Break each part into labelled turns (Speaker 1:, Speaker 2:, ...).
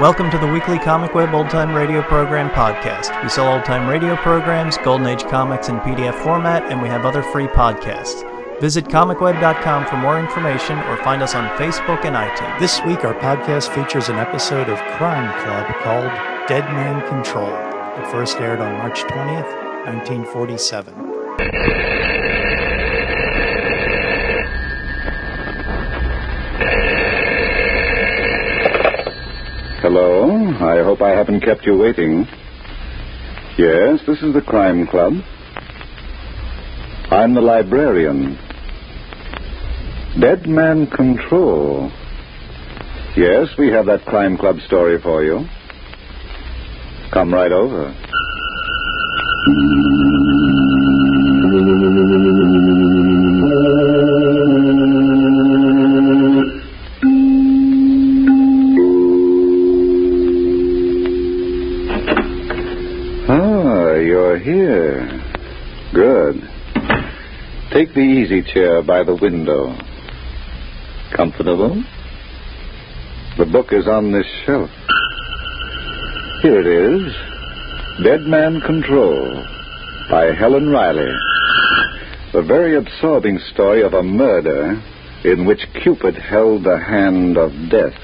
Speaker 1: Welcome to the weekly Comic Web Old Time Radio Program podcast. We sell old time radio programs, Golden Age comics in PDF format, and we have other free podcasts. Visit comicweb.com for more information or find us on Facebook and iTunes.
Speaker 2: This week, our podcast features an episode of Crime Club called Dead Man Control. It first aired on March 20th, 1947.
Speaker 3: Hello. I hope I haven't kept you waiting. Yes, this is the crime club. I'm the librarian. Dead Man Control. Yes, we have that crime club story for you. Come right over. Ah, you're here. Good. Take the easy chair by the window. Comfortable? The book is on this shelf. Here it is Dead Man Control by Helen Riley. The very absorbing story of a murder in which Cupid held the hand of death.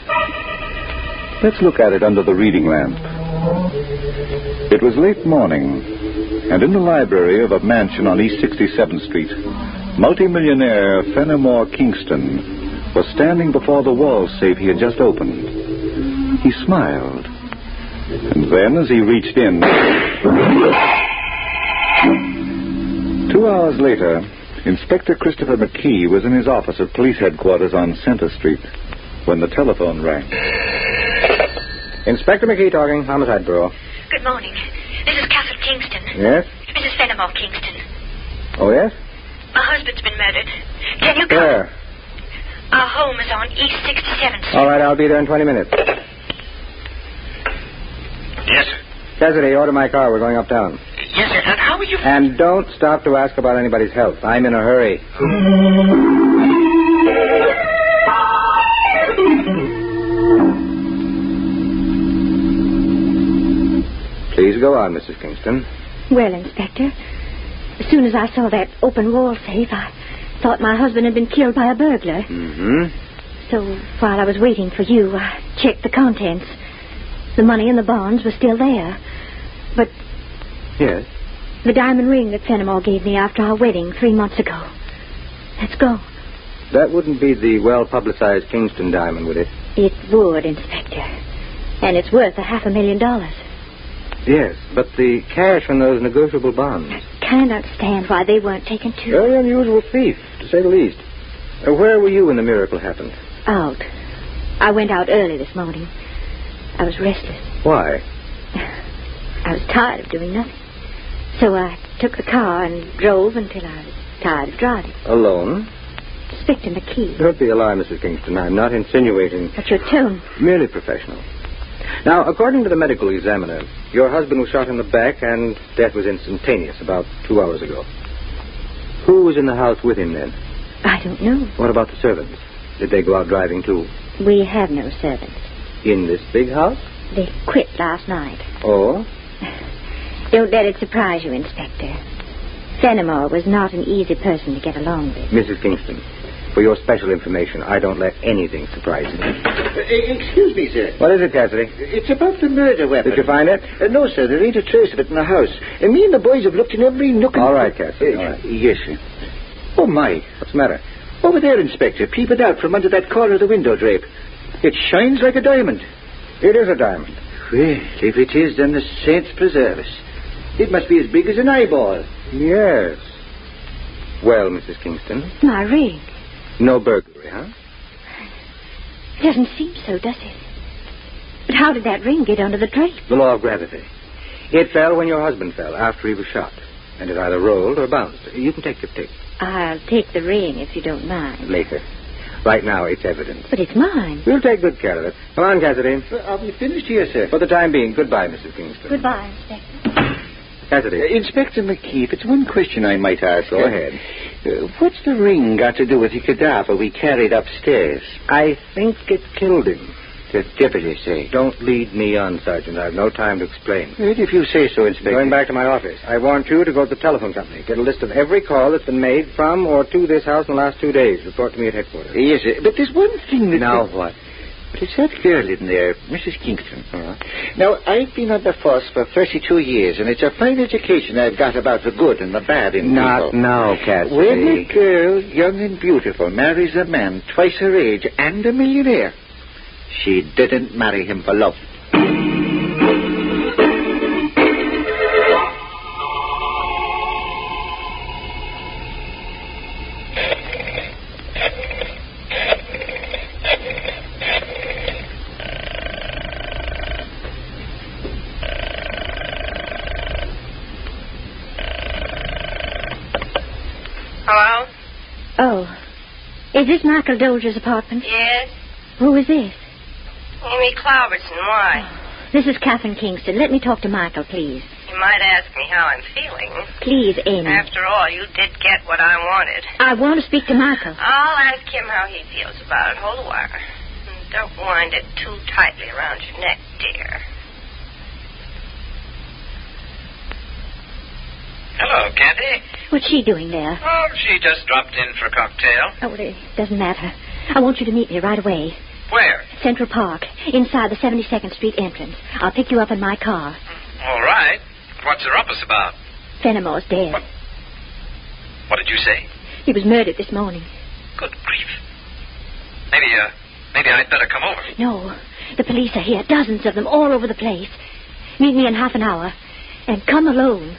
Speaker 3: Let's look at it under the reading lamp. It was late morning, and in the library of a mansion on East 67th Street, multimillionaire Fenimore Kingston was standing before the wall safe he had just opened. He smiled, and then as he reached in. Two hours later, Inspector Christopher McKee was in his office at police headquarters on Center Street when the telephone rang.
Speaker 4: Inspector McKee talking, Homicide Bureau.
Speaker 5: Good morning. This is Catherine Kingston.
Speaker 4: Yes?
Speaker 5: Mrs. Fenimore Kingston.
Speaker 4: Oh, yes?
Speaker 5: My husband's been murdered. Can you come?
Speaker 4: Where?
Speaker 5: Our home is on East 67th Street.
Speaker 4: All right, I'll be there in 20 minutes.
Speaker 6: Yes, sir.
Speaker 4: Cassidy, order my car. We're going uptown.
Speaker 6: Yes, sir. And how are you?
Speaker 4: And don't stop to ask about anybody's health. I'm in a hurry. Please go on, Mrs. Kingston.
Speaker 7: Well, Inspector, as soon as I saw that open wall safe, I thought my husband had been killed by a burglar.
Speaker 4: Mm-hmm.
Speaker 7: So while I was waiting for you, I checked the contents. The money and the bonds were still there. But
Speaker 4: Yes.
Speaker 7: the diamond ring that Fenimore gave me after our wedding three months ago. Let's go.
Speaker 4: That wouldn't be the well-publicized Kingston diamond, would it?
Speaker 7: It would, Inspector. And it's worth a half a million dollars.
Speaker 4: Yes, but the cash from those negotiable bonds.
Speaker 7: Can't understand why they weren't taken too.
Speaker 4: Very unusual thief, to say the least. Uh, where were you when the miracle happened?
Speaker 7: Out. I went out early this morning. I was restless.
Speaker 4: Why?
Speaker 7: I was tired of doing nothing. So I took the car and drove until I was tired of driving.
Speaker 4: Alone?
Speaker 7: Inspector McKee.
Speaker 4: Don't be alarmed, Mrs. Kingston. I'm not insinuating.
Speaker 7: But your tone.
Speaker 4: Merely professional. Now, according to the medical examiner, your husband was shot in the back and death was instantaneous about two hours ago. Who was in the house with him then?
Speaker 7: I don't know.
Speaker 4: What about the servants? Did they go out driving too?
Speaker 7: We have no servants.
Speaker 4: In this big house?
Speaker 7: They quit last night.
Speaker 4: Or?
Speaker 7: Don't let it surprise you, Inspector. Fenimore was not an easy person to get along with.
Speaker 4: Mrs. Kingston, for your special information, I don't let anything surprise me.
Speaker 6: Uh, e, excuse me, sir.
Speaker 4: What is it, Cassidy?
Speaker 6: It's about the murder weapon.
Speaker 4: Did you find it?
Speaker 6: Uh, no, sir. There ain't a trace of it in the house. Uh, me and the boys have looked in every nook. and-
Speaker 4: All right, Cassidy,
Speaker 6: Uh,
Speaker 4: all right.
Speaker 6: Yes, sir. Oh my!
Speaker 4: What's the matter?
Speaker 6: Over there, Inspector. Peep it out from under that corner of the window drape. It shines like a diamond.
Speaker 4: It is a diamond.
Speaker 6: Well, if it is, then the saints preserve us. It must be as big as an eyeball.
Speaker 4: Yes. Well, Mrs. Kingston,
Speaker 7: My ring.
Speaker 4: no burglary, huh?
Speaker 7: It doesn't seem so, does it? But how did that ring get under the drape?
Speaker 4: The law of gravity. It fell when your husband fell, after he was shot. And it either rolled or bounced. You can take your pick
Speaker 7: I'll take the ring if you don't mind.
Speaker 4: later. Right now, it's evidence.
Speaker 7: But it's mine.
Speaker 4: We'll take good care of it. Come on, Cassidy.
Speaker 6: I'll be finished here, sir.
Speaker 4: For the time being, goodbye, Mrs. Kingston.
Speaker 7: Goodbye, Inspector.
Speaker 4: Cassidy.
Speaker 6: Uh, Inspector McKeith, it's one question I might ask.
Speaker 4: Go
Speaker 6: Uh,
Speaker 4: ahead.
Speaker 6: Uh, what's the ring got to do with the cadaver we carried upstairs?
Speaker 4: I think it killed him. The deputy say.
Speaker 8: Don't lead me on, Sergeant. I've no time to explain.
Speaker 4: Well, if you say so, Inspector.
Speaker 8: Going back to my office, I want you to go to the telephone company. Get a list of every call that's been made from or to this house in the last two days. Report to me at headquarters.
Speaker 4: Yes, sir. but there's one thing that...
Speaker 8: Now what? Uh-huh.
Speaker 4: But it's that girl in there, Mrs. Kingston. Now, I've been on the force for 32 years, and it's a fine education I've got about the good and the bad in
Speaker 8: Not
Speaker 4: people.
Speaker 8: now, Cassidy.
Speaker 4: When a girl, young and beautiful, marries a man twice her age and a millionaire, she didn't marry him for love.
Speaker 7: Hello?
Speaker 9: Oh. Is this Michael Dolger's apartment?
Speaker 7: Yes?
Speaker 9: Who is this?
Speaker 7: Amy Clovertson, why?
Speaker 9: This is Catherine Kingston. Let me talk to Michael, please.
Speaker 7: You might ask me how I'm feeling.
Speaker 9: Please, Amy.
Speaker 7: After all, you did get what I wanted.
Speaker 9: I want to speak to Michael.
Speaker 7: I'll ask him how he feels about it. Hold a while. And Don't wind it too tightly around your neck, dear.
Speaker 10: Hello, Candy.
Speaker 9: What's she doing there?
Speaker 10: Oh, she just dropped in for a cocktail.
Speaker 9: Oh, well, it doesn't matter. I want you to meet me right away.
Speaker 10: Where?
Speaker 9: Central Park, inside the 72nd Street entrance. I'll pick you up in my car.
Speaker 10: All right. What's her rumpus about?
Speaker 9: Fenimore's dead.
Speaker 10: What? What did you say?
Speaker 9: He was murdered this morning.
Speaker 10: Good grief. Maybe, uh, maybe I'd better come over.
Speaker 9: No, the police are here, dozens of them, all over the place. Meet me in half an hour, and come alone.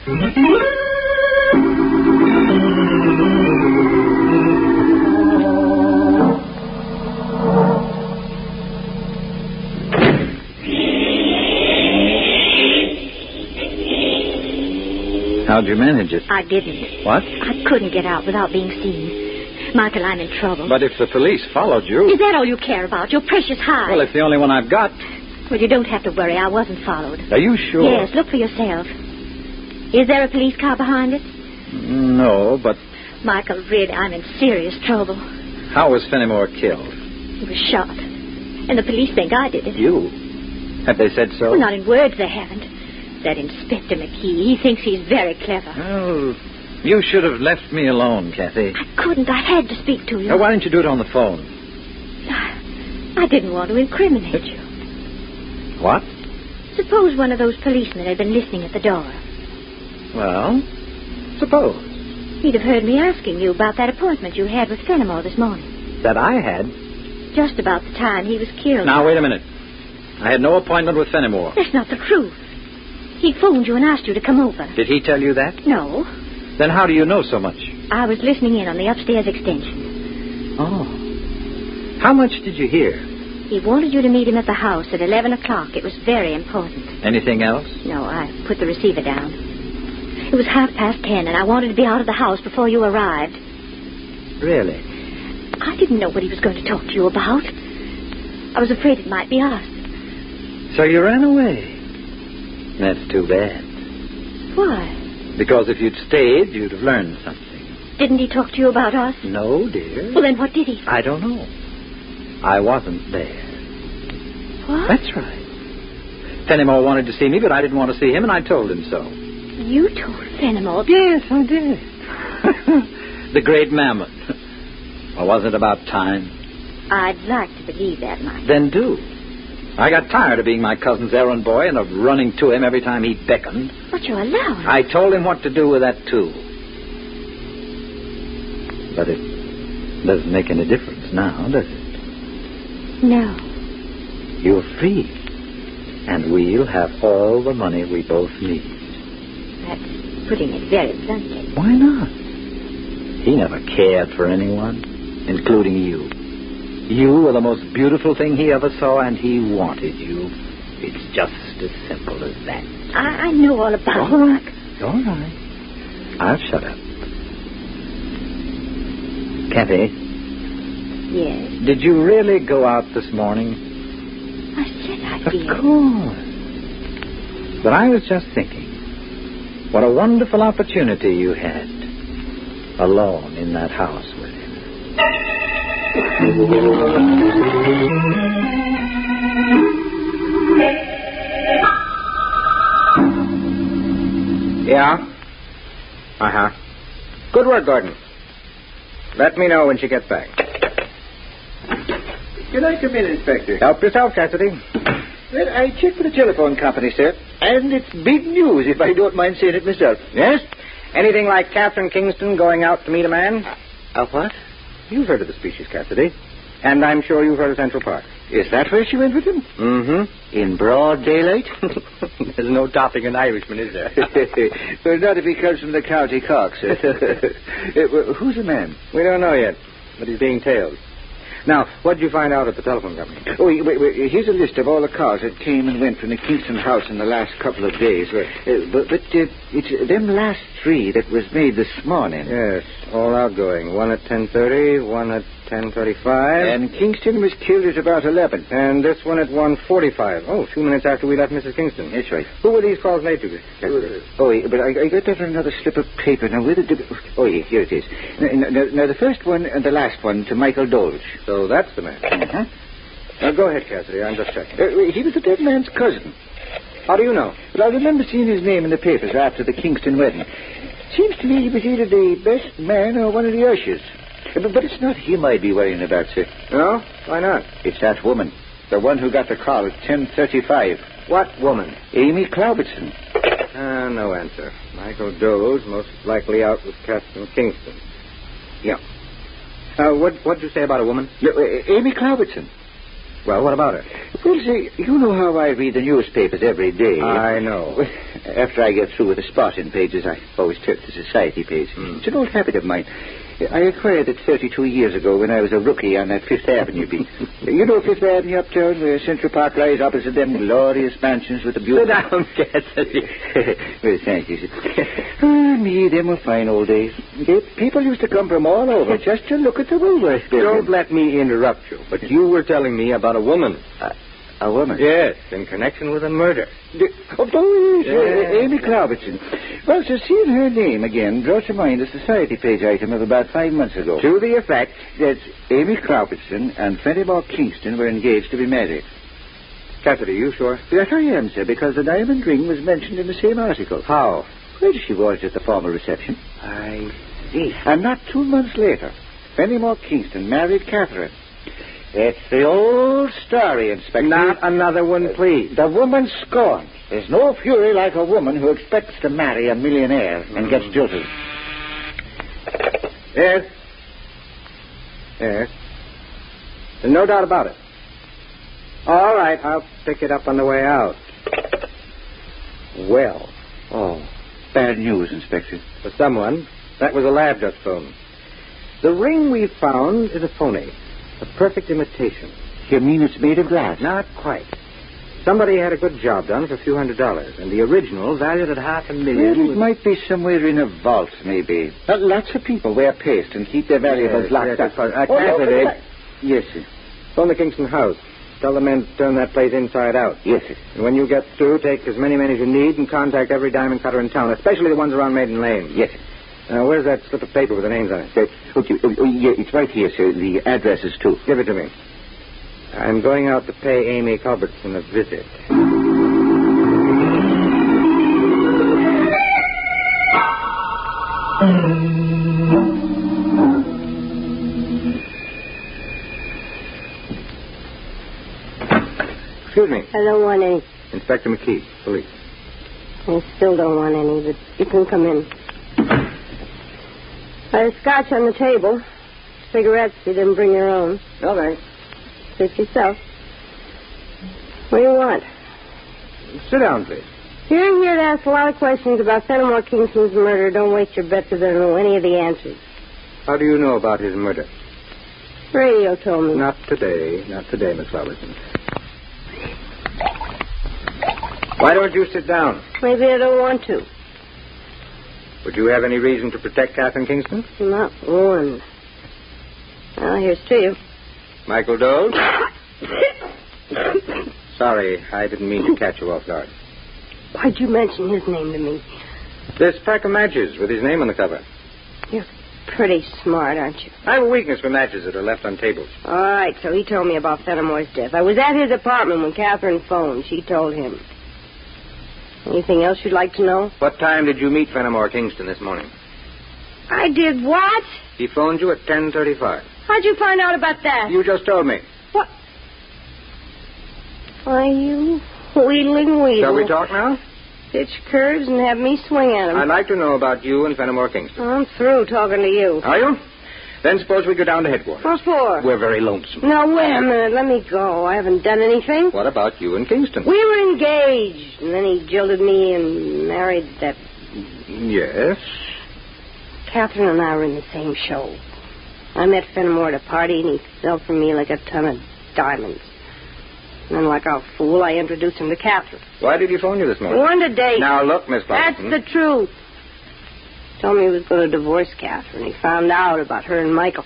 Speaker 4: How'd you manage it?
Speaker 9: I didn't.
Speaker 4: What?
Speaker 9: I couldn't get out without being seen. Michael, I'm in trouble.
Speaker 4: But if the police followed you...
Speaker 9: Is that all you care about? Your precious hide?
Speaker 4: Well, it's the only one I've got.
Speaker 9: Well, you don't have to worry. I wasn't followed.
Speaker 4: Are you sure?
Speaker 9: Yes, look for yourself. Is there a police car behind it?
Speaker 4: No, but
Speaker 9: Michael, really, I'm in serious trouble.
Speaker 4: how was Fenimore killed?
Speaker 9: He was shot. And the police think I did it.
Speaker 4: You. Have they said so?
Speaker 9: Well, not in words, they haven't. That Inspector McKee, he thinks he's very clever.
Speaker 4: Well, you should have left me alone, Kathy.
Speaker 9: I couldn't. I had to speak to you.
Speaker 4: Now, why didn't you do it on the phone?
Speaker 9: I didn't want to incriminate you.
Speaker 4: What?
Speaker 9: Suppose one of those policemen had been listening at the door.
Speaker 4: Well, suppose
Speaker 9: He'd have heard me asking you about that appointment you had with Fenimore this morning.
Speaker 4: that I had.
Speaker 9: Just about the time he was killed.
Speaker 4: Now, wait a minute. I had no appointment with Fenimore.
Speaker 9: That's not the truth. He phoned you and asked you to come over.
Speaker 4: Did he tell you that?
Speaker 9: No,
Speaker 4: Then how do you know so much?
Speaker 9: I was listening in on the upstairs extension.
Speaker 4: Oh. How much did you hear?
Speaker 9: He wanted you to meet him at the house at 11 o'clock. It was very important.
Speaker 4: Anything else?
Speaker 9: No, I put the receiver down. It was half past ten, and I wanted to be out of the house before you arrived.
Speaker 4: Really?
Speaker 9: I didn't know what he was going to talk to you about. I was afraid it might be us.
Speaker 4: So you ran away. That's too bad.
Speaker 9: Why?
Speaker 4: Because if you'd stayed, you'd have learned something.
Speaker 9: Didn't he talk to you about us?
Speaker 4: No, dear.
Speaker 9: Well, then what did he?
Speaker 4: I don't know. I wasn't there.
Speaker 9: What?
Speaker 4: That's right. Fenimore wanted to see me, but I didn't want to see him, and I told him so.
Speaker 9: You told Fenimore.
Speaker 4: Yes, I did. the great mammoth. Well, wasn't it about time?
Speaker 9: I'd like to believe that, Mike.
Speaker 4: Then do. I got tired of being my cousin's errand boy and of running to him every time he beckoned.
Speaker 9: But you're allowed.
Speaker 4: I told him what to do with that, too. But it doesn't make any difference now, does it?
Speaker 9: No.
Speaker 4: You're free. And we'll have all the money we both need.
Speaker 9: That's putting it very bluntly.
Speaker 4: Why not? He never cared for anyone, including you. You were the most beautiful thing he ever saw, and he wanted you. It's just as simple as that.
Speaker 9: I, I know all about
Speaker 4: All
Speaker 9: it.
Speaker 4: right. All right. I'll shut up. Kathy,
Speaker 9: Yes.
Speaker 4: did you really go out this morning?
Speaker 9: I said I
Speaker 4: Of
Speaker 9: did.
Speaker 4: course. But I was just thinking. What a wonderful opportunity you had. Alone in that house with him. Uh-huh. work, Gordon. Let me know when she gets back.
Speaker 11: Can I come in, Inspector?
Speaker 4: Help yourself, Cassidy.
Speaker 11: Well, I checked with the telephone company, sir, and it's big news, if I don't mind saying it myself.
Speaker 4: Yes? Anything like Catherine Kingston going out to meet a man?
Speaker 11: A what?
Speaker 4: You've heard of the species, Cassidy. And I'm sure you've heard of Central Park.
Speaker 11: Is that where she went with him?
Speaker 4: Mm-hmm.
Speaker 11: In broad daylight?
Speaker 4: There's no topping an Irishman, is there?
Speaker 11: well, not if he comes from the county cock, sir. Uh, who's the man?
Speaker 4: we don't know yet, but he's being tailed. Now, what did you find out at the telephone company?
Speaker 11: Oh, wait, wait, wait. here's a list of all the cars that came and went from the Kingston house in the last couple of days. Uh, but but uh, it's them last three that was made this morning.
Speaker 4: Yes, all outgoing. One at 10.30, one at 10.35.
Speaker 11: And Kingston was killed at about 11.
Speaker 4: And this one at 1.45. Oh, two minutes after we left Mrs. Kingston.
Speaker 11: That's right.
Speaker 4: Who were these calls made to? Cassidy?
Speaker 11: Oh, yeah, but I, I got that on another slip of paper. Now, where the... Oh, yeah, here it is. Now, now, now, the first one and the last one to Michael Dolge.
Speaker 4: So that's the man.
Speaker 11: Uh-huh.
Speaker 4: Now, go ahead, Cassidy. I'm just checking.
Speaker 11: Uh, he was the dead man's cousin.
Speaker 4: How do you know?
Speaker 11: But I remember seeing his name in the papers after the Kingston wedding. Seems to me he was either the best man or one of the ushers. Uh, But, but it's not him I'd be worrying about, sir.
Speaker 4: No? Why not?
Speaker 11: It's that woman. The one who got the call at 10.35.
Speaker 4: What woman?
Speaker 11: Amy Claubertson.
Speaker 4: Uh, no answer. Michael Dole's most likely out with Captain Kingston. Yeah. Uh, what what'd you say about a woman?
Speaker 11: No, uh, Amy Claubertson.
Speaker 4: Well, what about her?
Speaker 11: Well, see, you know how I read the newspapers every day.
Speaker 4: I know.
Speaker 11: Well, after I get through with the spotting pages, I always turn to the society page.
Speaker 4: Hmm.
Speaker 11: It's an old habit of mine. I acquired it 32 years ago when I was a rookie on that Fifth Avenue beat. you know Fifth Avenue uptown where Central Park lies opposite them glorious mansions with the beautiful...
Speaker 4: Sit down, Cassidy.
Speaker 11: well, thank you. oh, me, them were fine old days. They- People used to come from all over just to look at the Woolworth building.
Speaker 4: Don't let me interrupt you, but you were telling me about a woman.
Speaker 11: A woman?
Speaker 4: Yes, in connection with a murder.
Speaker 11: The- Oh, oh, yes,
Speaker 4: Yeah.
Speaker 11: uh, Amy Claubertson. Well, sir, seeing her name again brought to mind a society page item of about five months ago.
Speaker 4: To the effect.
Speaker 11: That Amy Claubertson and Fenimore Kingston were engaged to be married.
Speaker 4: Cassidy, you sure?
Speaker 11: That I am, sir, because the diamond ring was mentioned in the same article.
Speaker 4: How?
Speaker 11: Well, she wore it at the formal reception.
Speaker 4: I.
Speaker 11: And not two months later, Fenimore Kingston married Catherine. It's the old story, Inspector.
Speaker 4: Not another one, please.
Speaker 11: The woman scorned. There's no fury like a woman who expects to marry a millionaire and gets jilted.
Speaker 4: Hmm. Yes. Yes. There's no doubt about it. All right, I'll pick it up on the way out. Well,
Speaker 11: Oh, bad news, Inspector.
Speaker 4: for someone, that was a lab dust phone. The ring we found is a phony, a perfect imitation.
Speaker 11: You mean it's made of glass?
Speaker 4: Not quite. Somebody had a good job done for a few hundred dollars, and the original, valued at half a million,
Speaker 11: Well,
Speaker 4: was-
Speaker 11: it might be somewhere in a vault, maybe. Uh, lots of people wear paste and keep their valuables
Speaker 4: Yes,
Speaker 11: locked
Speaker 4: yes,
Speaker 11: up.
Speaker 4: of course. Uh,
Speaker 11: Oh, no,
Speaker 4: Cassidy.
Speaker 11: but- Yes, sir.
Speaker 4: Phone the Kingston house. Tell the men to turn that place inside out.
Speaker 11: Yes, sir.
Speaker 4: And when you get through, take as many men as you need and contact every diamond cutter in town, especially the ones around Maiden Lane.
Speaker 11: Yes, sir.
Speaker 4: Now, Uh, where's that slip of paper with the names on it?
Speaker 11: Uh, okay, oh, oh, yeah, it's right here, sir. The addresses, too.
Speaker 4: Give it to me. I'm going out to pay Amy Culbertson a visit. Excuse me,
Speaker 12: I don't want any.
Speaker 4: Inspector McKee, police.
Speaker 12: I still don't want any, but you can come in. There's scotch on the table. Cigarettes, you didn't bring your own.
Speaker 4: No, thanks.
Speaker 12: Suit yourself. What do you want?
Speaker 4: Sit down, please.
Speaker 12: You're here to ask a lot of questions about Fenimore Kingston's murder. Don't waste your bet because I don't know any of the answers.
Speaker 4: How do you know about his murder?
Speaker 12: Radio told me.
Speaker 4: Not today. Not today, Miss Robertson. Why don't you sit down?
Speaker 12: Maybe I don't want to.
Speaker 4: Would you have any reason to protect Catherine Kingston?
Speaker 12: Not one. Well, here's to you.
Speaker 4: Michael Dole? Sorry, I didn't mean to catch you off guard.
Speaker 12: Why'd you mention his name to me?
Speaker 4: This pack of matches with his name on the cover.
Speaker 12: You're pretty smart, aren't you?
Speaker 4: I have a weakness for matches that are left on tables.
Speaker 12: All right, so he told me about Fenimore's death. I was at his apartment when Catherine phoned. She told him. Anything else you'd like to know?
Speaker 4: What time did you meet Fenimore Kingston this morning?
Speaker 12: I did what?
Speaker 4: He phoned you at 10.35.
Speaker 12: How'd you find out about that?
Speaker 4: You just told me.
Speaker 12: Why, you wheedling weedle.
Speaker 4: Shall we talk now?
Speaker 12: Pitch curves and have me swing at 'em.
Speaker 4: I'd like to know about you and Fenimore Kingston.
Speaker 12: I'm through talking to you.
Speaker 4: Are you? Then suppose we go down to headquarters.
Speaker 12: What for?
Speaker 4: We're very lonesome.
Speaker 12: Now, wait a minute. Let me go. I haven't done anything.
Speaker 4: What about you and Kingston?
Speaker 12: We were engaged, and then he jilted me and married that.
Speaker 4: Yes.
Speaker 12: Catherine and I were in the same show. I met Fenimore at a party, and he fell for me like a ton of diamonds. And then, like a fool, I introduced him to Catherine.
Speaker 4: Why did he phone you this morning?
Speaker 12: One to date.
Speaker 4: Now mm-hmm. look, Miss
Speaker 12: That's
Speaker 4: Barton.
Speaker 12: the truth. Told me he was going to divorce Catherine. He found out about her and Michael.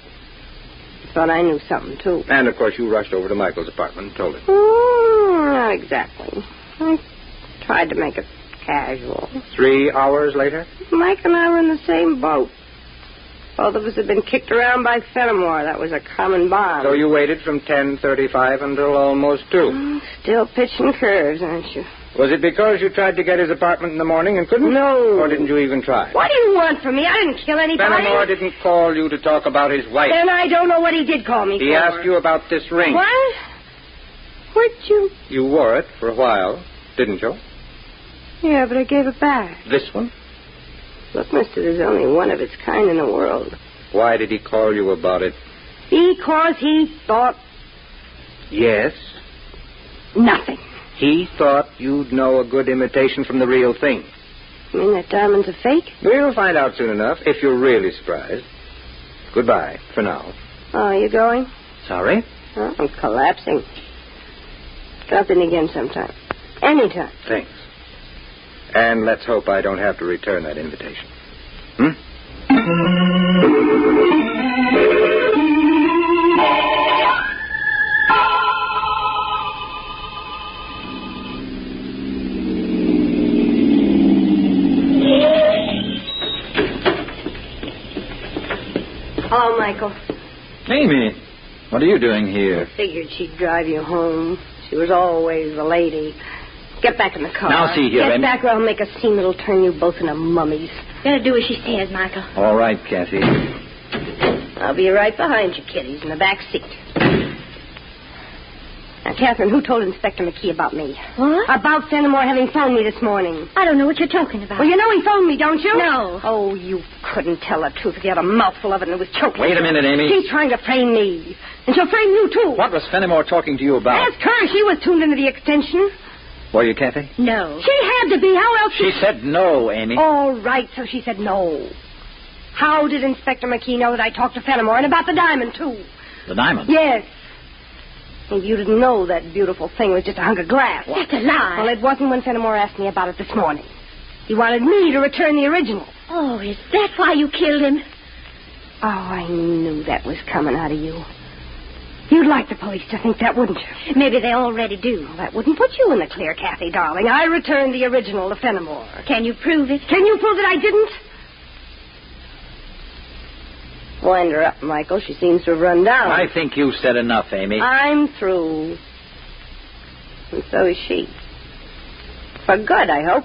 Speaker 12: Thought I knew something too.
Speaker 4: And of course you rushed over to Michael's apartment and told him.
Speaker 12: Oh, not exactly. I tried to make it casual.
Speaker 4: Three hours later?
Speaker 12: Mike and I were in the same boat. Both of us had been kicked around by Fenimore. That was a common bond.
Speaker 4: So you waited from ten thirty-five until almost two.
Speaker 12: Mm-hmm. Still pitching curves, aren't you?
Speaker 4: Was it because you tried to get his apartment in the morning and couldn't?
Speaker 12: No.
Speaker 4: Or didn't you even try?
Speaker 12: What do you want from me? I didn't kill anybody.
Speaker 4: Fenimore didn't call you to talk about his wife.
Speaker 12: Then I don't know what he did call me
Speaker 4: He
Speaker 12: for.
Speaker 4: asked you about this ring.
Speaker 12: What? What you?
Speaker 4: You wore it for a while, didn't you?
Speaker 12: Yeah, but I gave it back.
Speaker 4: This one?
Speaker 12: Look, mister, there's only one of its kind in the world.
Speaker 4: Why did he call you about it?
Speaker 12: Because he thought
Speaker 4: Yes.
Speaker 12: nothing.
Speaker 4: He thought you'd know a good imitation from the real thing.
Speaker 12: You mean that diamond's a fake?
Speaker 4: We'll find out soon enough if you're really surprised. Goodbye for now.
Speaker 12: Oh, are you going?
Speaker 4: Sorry?
Speaker 12: Oh, I'm collapsing. Drop in again sometime. Anytime.
Speaker 4: Thanks. And let's hope I don't have to return that invitation.
Speaker 6: Hmm?
Speaker 12: Hello, Oh, Michael.
Speaker 6: Amy, what are you doing here?
Speaker 12: Figured she'd drive you home. She was always the lady. Get back in the car.
Speaker 6: Now, see here,
Speaker 12: Get
Speaker 6: Amy-
Speaker 12: back or I'll make a scene that'll turn you both into mummies.
Speaker 9: Gonna do as she says, Michael.
Speaker 6: All right, Cassie.
Speaker 12: I'll be right behind you, kiddies, in the back seat. Now, Catherine, who told Inspector McKee about me?
Speaker 9: What?
Speaker 12: About Fenimore having phoned me this morning.
Speaker 9: I don't know what you're talking about.
Speaker 12: Well, you know he phoned me, don't you?
Speaker 9: No.
Speaker 12: Oh, you couldn't tell the truth if you had a mouthful of it and it was choking.
Speaker 6: Wait a minute, Amy.
Speaker 12: She's trying to frame me. And she'll frame you, too.
Speaker 6: What was Fenimore talking to you about?
Speaker 12: Ask her. She was tuned into the extension.
Speaker 6: Were you, Kathy?
Speaker 9: No.
Speaker 12: She had to be. How else?
Speaker 6: She said no, Amy.
Speaker 12: All right, so she said no. How did Inspector McKee know that I talked to Fenimore and about the diamond, too?
Speaker 6: The diamond.
Speaker 12: Yes. Maybe you didn't know that beautiful thing was just a hunk of glass.
Speaker 9: That's a lie.
Speaker 12: Well, it wasn't when Fenimore asked me about it this morning. He wanted me to return the original.
Speaker 9: Oh, is that why you killed him?
Speaker 12: Oh, I knew that was coming out of you. You'd like the police to think that, wouldn't you?
Speaker 9: Maybe they already do.
Speaker 12: Well, that wouldn't put you in the clear, Kathy, darling. I returned the original to Fenimore.
Speaker 9: Can you prove it?
Speaker 12: Can you prove that I didn't? Wind her up, Michael. She seems to have run down.
Speaker 6: I think you've said enough, Amy.
Speaker 12: I'm through. And so is she. For good, I hope.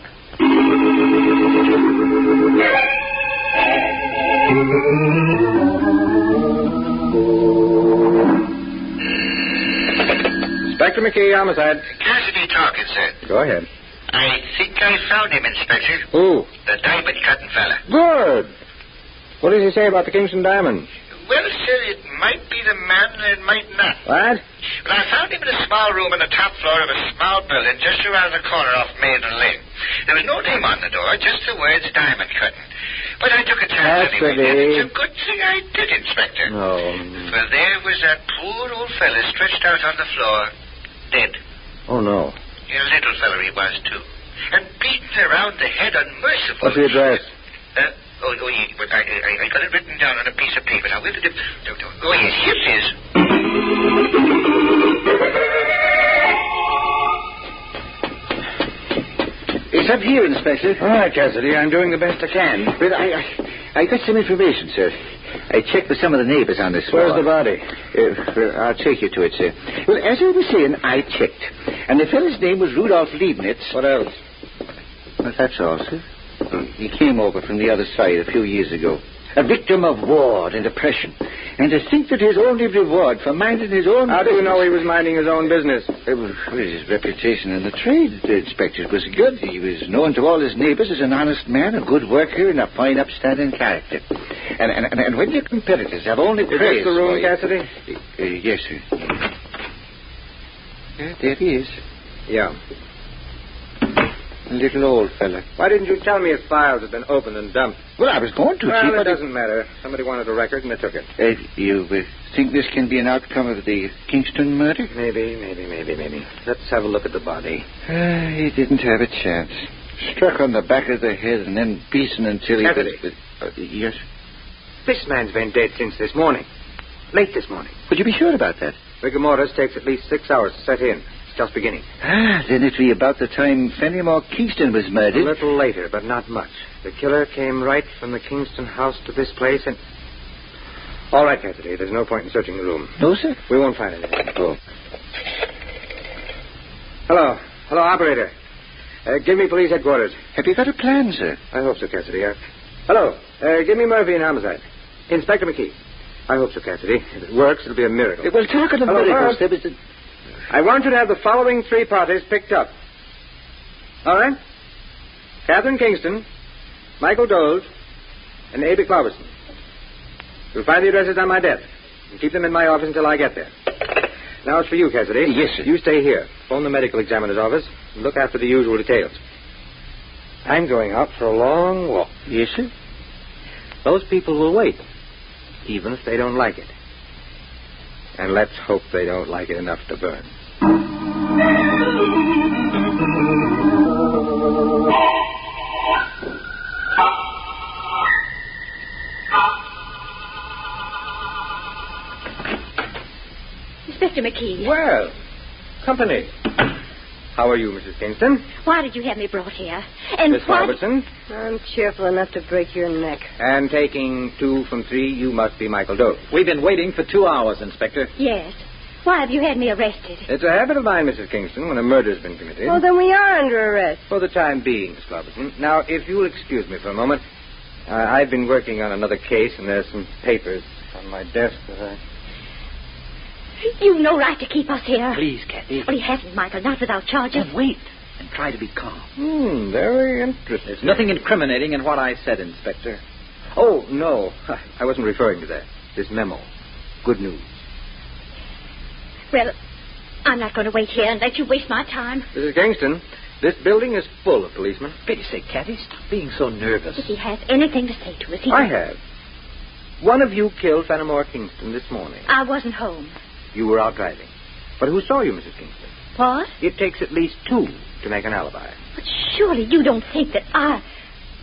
Speaker 4: Inspector McKee, homicide.
Speaker 13: Cassidy Tarkinson.
Speaker 4: Go ahead.
Speaker 13: I think I found him, Inspector.
Speaker 4: Who?
Speaker 13: The diamond cutting fella.
Speaker 4: Good. What does he say about the Kingston diamond?
Speaker 13: Well, sir, it might be the man and it might not.
Speaker 4: What?
Speaker 13: But I found him in a small room on the top floor of a small building just around the corner off Maiden Lane. There was no name on the door, just the words diamond cutting. But I took a chance anyway. and
Speaker 4: Cassidy.
Speaker 13: It's a good thing I did, Inspector.
Speaker 4: No.
Speaker 13: For there was that poor old fella stretched out on the floor, dead.
Speaker 4: Oh, no.
Speaker 13: A little fella he was, too. And beaten around the head unmercifully.
Speaker 4: What's the address?
Speaker 13: Uh, oh, oh ye- but I, I, I got it written down on a piece of paper. Now, where did it... don't- don't- Oh, yes, here it is.
Speaker 11: It's up here, Inspector.
Speaker 4: All right, Cassidy, I'm doing the best I can.
Speaker 11: But I, I, I got some information, sir. I checked with some of the neighbors on this
Speaker 4: Where's
Speaker 11: floor.
Speaker 4: the body?
Speaker 11: Uh, well, I'll take you to it, sir. Well, as I was saying, I checked. And the fellow's name was Rudolf Leibnitz.
Speaker 4: What else?
Speaker 11: Hmm. Well, that's all, sir. He came over from the other side a few years ago. a victim of war and oppression. And to think that his only reward for minding his own
Speaker 4: How do you know he was minding his own business?
Speaker 11: It was his reputation in the trade, the inspector, was good. He was known to all his neighbors as an honest man, a good worker, and a fine, upstanding character. And, and, and- and when your competitors have only
Speaker 4: Is this
Speaker 11: praise
Speaker 4: the room,
Speaker 11: for you-
Speaker 4: Cassidy?
Speaker 11: Uh, yes, sir. Yeah, there he is.
Speaker 4: Yeah.
Speaker 11: A little old fella.
Speaker 4: Why didn't you tell me his files had been opened and dumped?
Speaker 11: Well, I was going to,
Speaker 4: well,
Speaker 11: Chief.
Speaker 4: it
Speaker 11: I did-
Speaker 4: doesn't matter. Somebody wanted a record and they took it.
Speaker 11: Uh, you uh, think this can be an outcome of the Kingston murder?
Speaker 4: Maybe, maybe, maybe, maybe. Let's have a look at the body.
Speaker 11: Uh, he didn't have a chance. Struck on the back of the head and then beaten until he
Speaker 4: Cassidy.
Speaker 11: was. Uh, yes.
Speaker 4: This man's been dead since this morning. Late this morning.
Speaker 11: Would you be sure about that?
Speaker 4: Rigor mortis takes at least six hours to set in. It's just beginning.
Speaker 11: Ah, then it'd be about the time Fenimore Kingston was
Speaker 4: A
Speaker 11: murdered.
Speaker 4: little later, but not much. The killer came right from the Kingston house to this place and. All right, Cassidy. There's no point in searching the room.
Speaker 11: No, sir.
Speaker 4: We won't find anything. Hello. Hello, operator. Uh, give me police headquarters.
Speaker 11: Have you got a plan, sir?
Speaker 4: I hope so, Cassidy. Uh, hello. Uh, give me Murphy and homicide. Inspector McKee. I hope so, Cassidy. If it works, it'll be a miracle.
Speaker 11: Well, talking of
Speaker 4: Hello,
Speaker 11: miracles, there
Speaker 4: Earth.
Speaker 11: was a...
Speaker 4: I want you to have the following three parties picked up. All right? Catherine Kingston, Michael Doles, and Abby Cloverson. You'll find the addresses on my desk. And keep them in my office until I get there. Now it's for you, Cassidy.
Speaker 11: Yes, sir.
Speaker 4: You stay here. Phone the medical examiner's office and look after the usual details. I'm going out for a long walk.
Speaker 11: Yes, sir.
Speaker 4: Those people will wait, even if they don't like it. And let's hope they don't like it enough to burn.
Speaker 9: Inspector McKee,
Speaker 4: Well, company. How are you, Mrs. Kingston?
Speaker 9: why did you have me brought here? And
Speaker 4: Miss
Speaker 9: why...
Speaker 4: Robertson.
Speaker 12: I'm cheerful enough to break your neck.
Speaker 4: And taking two from three, you must be Michael Doe.
Speaker 6: We've been waiting for two hours, Inspector.
Speaker 9: Yes. Why have you had me arrested?
Speaker 4: It's a habit of mine, Mrs. Kingston, when a murder's been committed.
Speaker 12: Well, then we are under arrest.
Speaker 4: For the time being, Miss Robertson. Now, if you'll excuse me for a moment, uh, I've been working on another case, and there's some papers on my desk that I.
Speaker 9: You've no right to keep us here.
Speaker 6: Please, Kathy.
Speaker 9: Well, he hasn't, Michael, not without charges.
Speaker 6: Just wait and try to be calm.
Speaker 4: Hmm, very interesting.
Speaker 6: There's nothing incriminating in what I said, Inspector.
Speaker 4: Oh, no. I wasn't referring to that. This memo. Good news.
Speaker 9: Well, I'm not going to wait here and let you waste my time.
Speaker 4: Mrs. Kingston, this building is full of policemen.
Speaker 6: For pity's sake, Kathy, stop being so nervous.
Speaker 9: If he has anything to say to us, he...
Speaker 4: I have. One of you killed Fenimore Kingston this morning.
Speaker 9: I wasn't home.
Speaker 4: You were out driving. But who saw you, Mrs. Kingston?
Speaker 9: What?
Speaker 4: It takes at least two to make an alibi.
Speaker 9: But surely you don't think that I...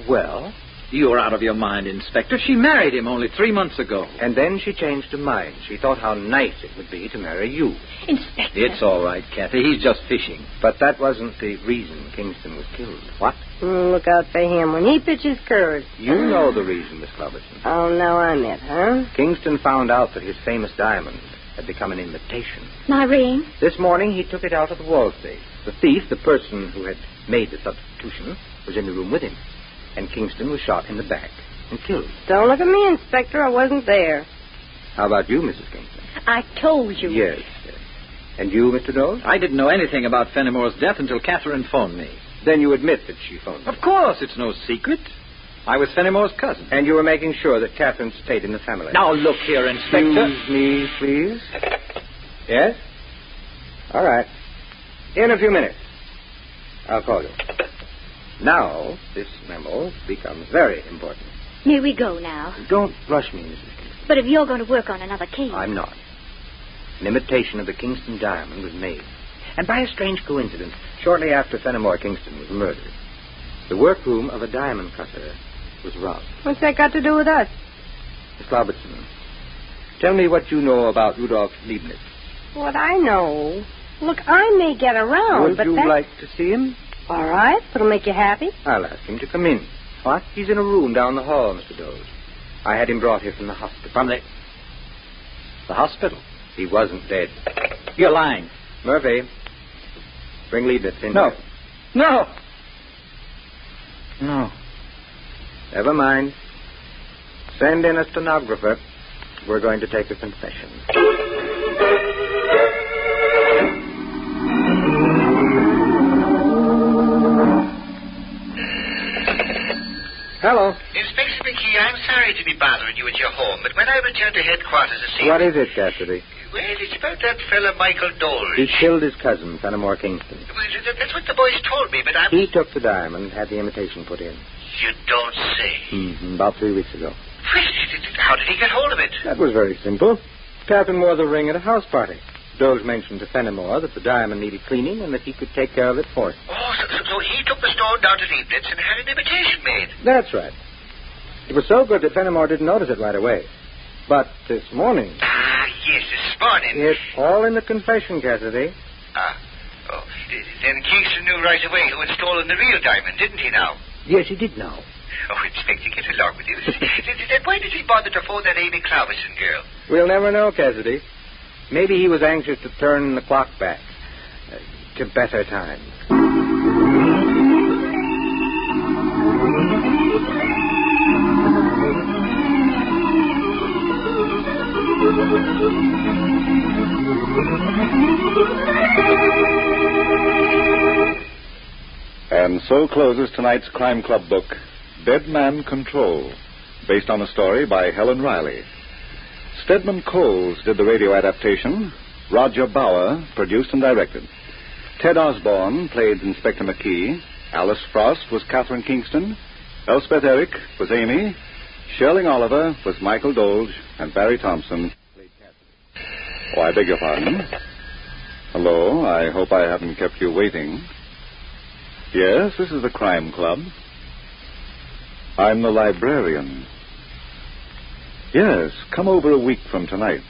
Speaker 4: Well?
Speaker 6: You're out of your mind, Inspector. She married him only three months ago.
Speaker 4: And then she changed her mind. She thought how nice it would be to marry you.
Speaker 9: Inspector...
Speaker 6: It's all right, Kathy. He's just fishing.
Speaker 4: But that wasn't the reason Kingston was killed. What?
Speaker 12: Mm, look out for him when he pitches curves.
Speaker 4: You know the reason, Miss Robertson.
Speaker 12: Oh, now I'm it, huh?
Speaker 4: Kingston found out that his famous diamond had become an imitation.
Speaker 9: My ring?
Speaker 4: This morning he took it out of the wall safe. The thief, the person who had made the substitution, was in the room with him. And Kingston was shot in the back and killed.
Speaker 12: Don't look at me, Inspector. I wasn't there.
Speaker 4: How about you, Mrs. Kingston?
Speaker 9: I told you.
Speaker 4: Yes, yes. And you, Mr. Knowles?
Speaker 6: I didn't know anything about Fenimore's death until Catherine phoned me.
Speaker 4: Then you admit that she phoned.
Speaker 6: Of course, it's no secret. I was Fenimore's cousin.
Speaker 4: And you were making sure that Catherine stayed in the family.
Speaker 6: Now look here, Inspector.
Speaker 4: Excuse me, please. Yes? All right. In a few minutes. I'll call you. Now, this memo becomes very important.
Speaker 9: May we go now?
Speaker 4: Don't rush me, Mrs. Kingston.
Speaker 9: But if you're going to work on another case...
Speaker 4: I'm not. An imitation of the Kingston diamond was made. And by a strange coincidence, shortly after Fenimore Kingston was murdered, the workroom of a diamond cutter was robbed.
Speaker 12: What's that got to do with us?
Speaker 4: Miss Robertson, tell me what you know about Rudolf Leibniz.
Speaker 12: What I know. Look, I may get around,
Speaker 4: Would
Speaker 12: Oh, but
Speaker 4: you
Speaker 12: that...
Speaker 4: like to see him?
Speaker 12: All right, it'll make you happy.
Speaker 4: I'll ask him to come in. What? He's in a room down the hall, Mr. Doles. I had him brought here from the hospital.
Speaker 6: From the. the hospital.
Speaker 4: He wasn't dead.
Speaker 6: You're lying.
Speaker 4: Murphy, bring Leibniz in.
Speaker 6: No.
Speaker 4: here.
Speaker 6: No. No.
Speaker 4: Never mind.
Speaker 14: Send in a stenographer. We're going to take a confession. Hello.
Speaker 4: Inspector McKee, I'm sorry to be bothering you at your home, but when I returned to headquarters this evening.
Speaker 14: What is it, Cassidy?
Speaker 4: Well, it's about that fella Michael Dole.
Speaker 14: He killed his cousin, Fenimore Kingston.
Speaker 4: Well, th- th- That's what the boys told me, but I'm.
Speaker 14: He took the diamond, had the imitation put in.
Speaker 4: You don't say.
Speaker 14: Mm-hmm. About three weeks ago.
Speaker 4: Well, th- th- th- How did he get hold of it?
Speaker 14: That was very simple. Captain wore the ring at a house party. Doge mentioned to Fenimore that the diamond needed cleaning and that he could take care of it for him.
Speaker 4: Oh, so, so- so he took the stone down to Leibniz and had an imitation made.
Speaker 14: That's right. It was so good that Fenimore didn't notice it right away. But this morning,
Speaker 4: Ah, yes, this morning.
Speaker 14: it's all in the confession, Cassidy.
Speaker 4: Ah. Oh, th- then Kingston knew right away who had stolen the real diamond, didn't he now?
Speaker 15: Yes, he did know.
Speaker 4: Oh, Inspector, get along with you. Th- th- then why did he bother to phone that Amy Cloverson girl?
Speaker 14: We'll never know, Cassidy. Maybe he was anxious to turn the clock back uh, to better times.
Speaker 16: And so closes tonight's Crime Club book, Dead Man Control, based on a story by Helen Riley. Stedman Coles did the radio adaptation. Roger Bauer produced and directed. Ted Osborne played Inspector McKee. Alice Frost was Catherine Kingston. Elspeth Eric was Amy. Sherling Oliver was Michael Dolge. And Barry Thompson played Catherine. Oh, I beg your pardon. Hello, I hope I haven't kept you waiting. Yes, this is the Crime Club. I'm the librarian. Yes, come over a week from tonight.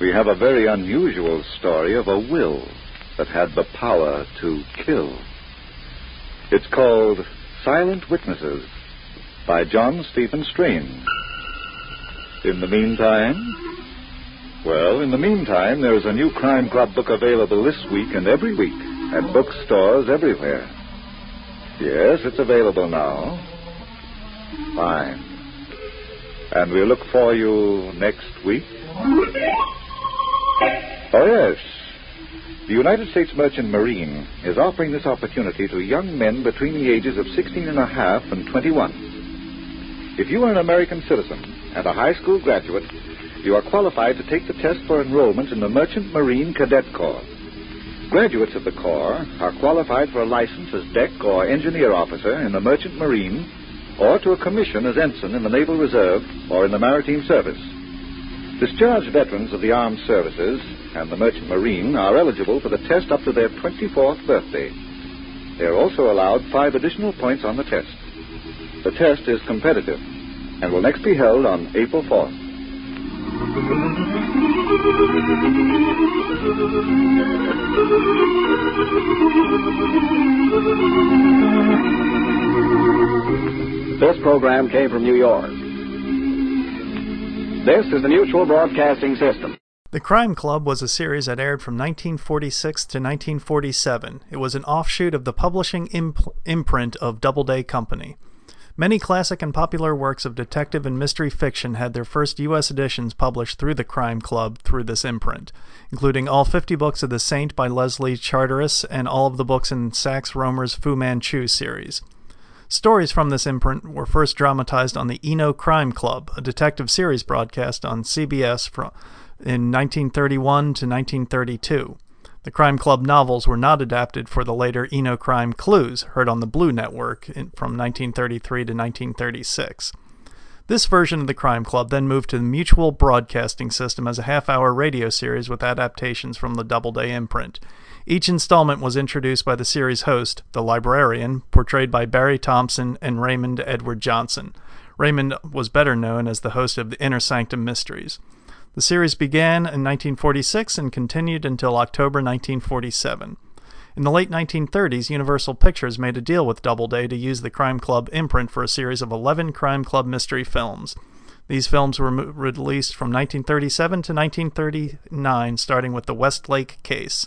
Speaker 16: We have a very unusual story of a will that had the power to kill. It's called Silent Witnesses by John Stephen Strain. In the meantime, well, in the meantime, there's a new Crime Club book available this week and every week at bookstores everywhere. Yes, it's available now. Fine. And we'll look for you next week. Oh, yes. The United States Merchant Marine is offering this opportunity to young men between the ages of 16 and a half and 21. If you are an American citizen and a high school graduate, you are qualified to take the test for enrollment in the Merchant Marine Cadet Corps. Graduates of the Corps are qualified for a license as deck or engineer officer in the Merchant Marine or to a commission as ensign in the Naval Reserve or in the Maritime Service. Discharged veterans of the armed services and the Merchant Marine are eligible for the test up to their 24th birthday. They are also allowed five additional points on the test. The test is competitive and will next be held on April 4th.
Speaker 17: This program came from New York. This is the Mutual Broadcasting System.
Speaker 1: The Crime Club was a series that aired from 1946 to 1947. It was an offshoot of the publishing imp- imprint of Doubleday Company. Many classic and popular works of detective and mystery fiction had their first U.S. editions published through the Crime Club through this imprint, including all 50 books of The Saint by Leslie Charteris and all of the books in Sax Rohmer's Fu Manchu series. Stories from this imprint were first dramatized on the Eno Crime Club, a detective series broadcast on CBS from, in 1931 to 1932. The Crime Club novels were not adapted for the later Eno Crime Clues, heard on the Blue Network in, from 1933 to 1936. This version of the Crime Club then moved to the Mutual Broadcasting System as a half hour radio series with adaptations from the Doubleday imprint. Each installment was introduced by the series host, the librarian, portrayed by Barry Thompson and Raymond Edward Johnson. Raymond was better known as the host of the Inner Sanctum Mysteries. The series began in 1946 and continued until October 1947. In the late 1930s, Universal Pictures made a deal with Doubleday to use the Crime Club imprint for a series of 11 Crime Club mystery films. These films were mo- released from 1937 to 1939, starting with the Westlake case.